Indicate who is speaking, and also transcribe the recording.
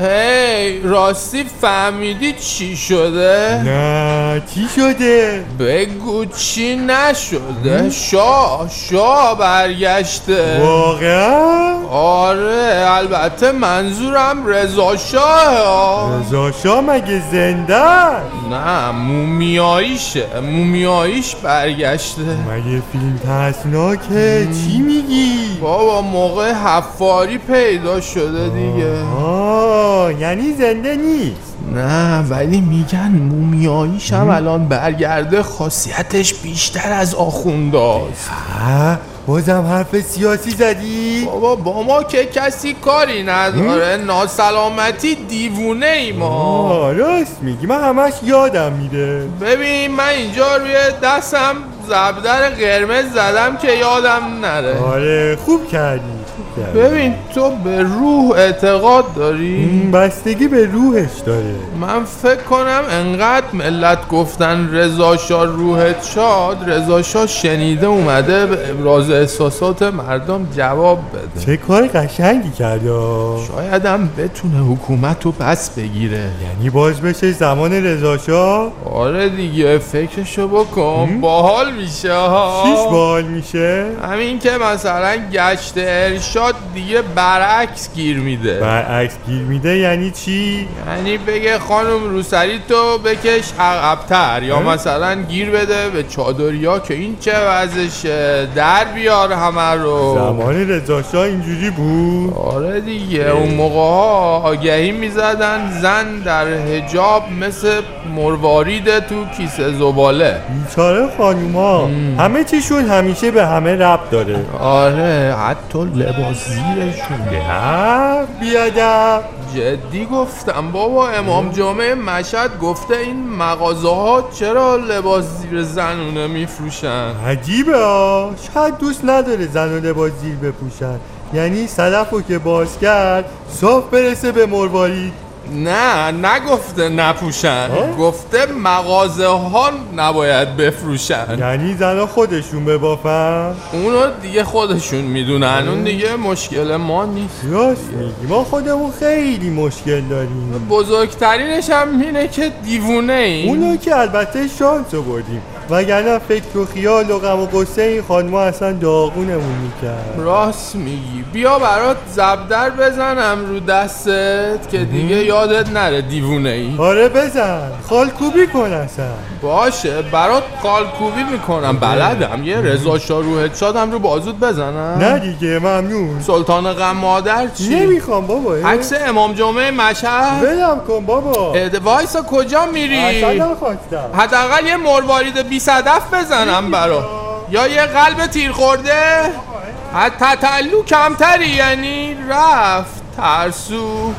Speaker 1: هی راستی فهمیدی چی شده؟
Speaker 2: نه چی شده
Speaker 1: بگو چی نشده شاه شاه برگشته
Speaker 2: واقعا
Speaker 1: آره البته منظورم رضا شاه ها.
Speaker 2: رضا شاه مگه زنده است؟
Speaker 1: نه مومیاییشه مومیاییش برگشته
Speaker 2: مگه فیلم ترسناکه چی میگی
Speaker 1: بابا موقع حفاری پیدا شده دیگه
Speaker 2: آه یعنی زنده نیست
Speaker 1: نه ولی میگن مومیاییش هم الان برگرده خاصیتش بیشتر از آخونداست
Speaker 2: ها بازم حرف سیاسی زدی
Speaker 1: بابا با ما که کسی کاری نداره ناسلامتی دیوونه ای ما
Speaker 2: آه راست میگی من همش یادم میره
Speaker 1: ببین من اینجا روی دستم زبدر قرمز زدم که یادم نره
Speaker 2: آره خوب کردی خوب کردی.
Speaker 1: ببین تو به روح اعتقاد داری
Speaker 2: این بستگی به روحش داره
Speaker 1: من فکر کنم انقدر ملت گفتن رضا شاه روحت شاد رضا شاه شنیده اومده به ابراز احساسات مردم جواب بده
Speaker 2: چه کار قشنگی کرده آه.
Speaker 1: شاید هم بتونه حکومت رو پس بگیره
Speaker 2: یعنی باز بشه زمان رضا شاه
Speaker 1: آره دیگه فکرشو بکن باحال میشه ها
Speaker 2: چیش بال میشه
Speaker 1: همین که مثلا گشت ارشاد دیگه برعکس گیر میده
Speaker 2: برعکس گیر میده یعنی چی
Speaker 1: یعنی بگه خانم روسری تو بکش عقبتر یا
Speaker 2: اه؟
Speaker 1: مثلا گیر بده به چادریا که این چه وضعشه در بیار همه رو
Speaker 2: زمان رضا شاه اینجوری بود
Speaker 1: آره دیگه اون موقع ها آگهی میزدن زن در هجاب مثل مروارید تو کیسه زباله
Speaker 2: بیچاره خانوما همه چیشون همیشه به همه ربط داره
Speaker 1: آره حتی لباس زیرشونه
Speaker 2: نه بیادم
Speaker 1: جدی گفتم بابا امام جامع مشهد گفته این مغازه ها چرا لباس زیر زنونه میفروشن
Speaker 2: عجیبه آه. شاید دوست نداره زن و لباس زیر بپوشن یعنی صدف رو که باز کرد صاف برسه به مروارید
Speaker 1: نه نگفته نپوشن
Speaker 2: اه؟
Speaker 1: گفته مغازه ها نباید بفروشن
Speaker 2: یعنی زن خودشون ببافن
Speaker 1: اونو دیگه خودشون میدونن اون دیگه مشکل ما نیست
Speaker 2: راست میگی ما خودمون خیلی مشکل داریم
Speaker 1: بزرگترینش هم اینه که دیوونه این
Speaker 2: اونو که البته شانس آوردیم وگرنه فکر و خیال و غم و غصه این خانما اصلا داغونمون میکرد
Speaker 1: راست میگی بیا برات زبدر بزنم رو دستت که دیگه یادت نره دیوونه ای
Speaker 2: آره بزن خال کوبی کن اصلا
Speaker 1: باشه برات قالکوبی میکنم بلدم یه رضا شاه روحت شادم رو بازود بزنم
Speaker 2: نه دیگه ممنون
Speaker 1: سلطان غم مادر چی
Speaker 2: نمیخوام بابا اه.
Speaker 1: عکس امام جمعه مشهد
Speaker 2: ولم کن بابا
Speaker 1: اه، وایسا کجا میری
Speaker 2: اصلا نخواستم
Speaker 1: حداقل یه مروارید بی صدف بزنم برات یا یه قلب تیر خورده از تتلو کمتری یعنی رفت ترسو